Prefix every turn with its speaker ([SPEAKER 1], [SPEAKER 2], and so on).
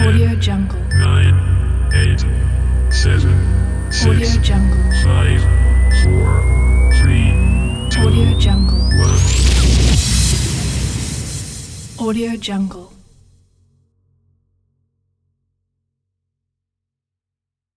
[SPEAKER 1] Audio Jungle.
[SPEAKER 2] nine, eight, seven,
[SPEAKER 1] Audio
[SPEAKER 2] six,
[SPEAKER 1] Jungle.
[SPEAKER 2] five, four, three, two,
[SPEAKER 1] Audio Jungle.
[SPEAKER 2] one.
[SPEAKER 1] Audio Jungle.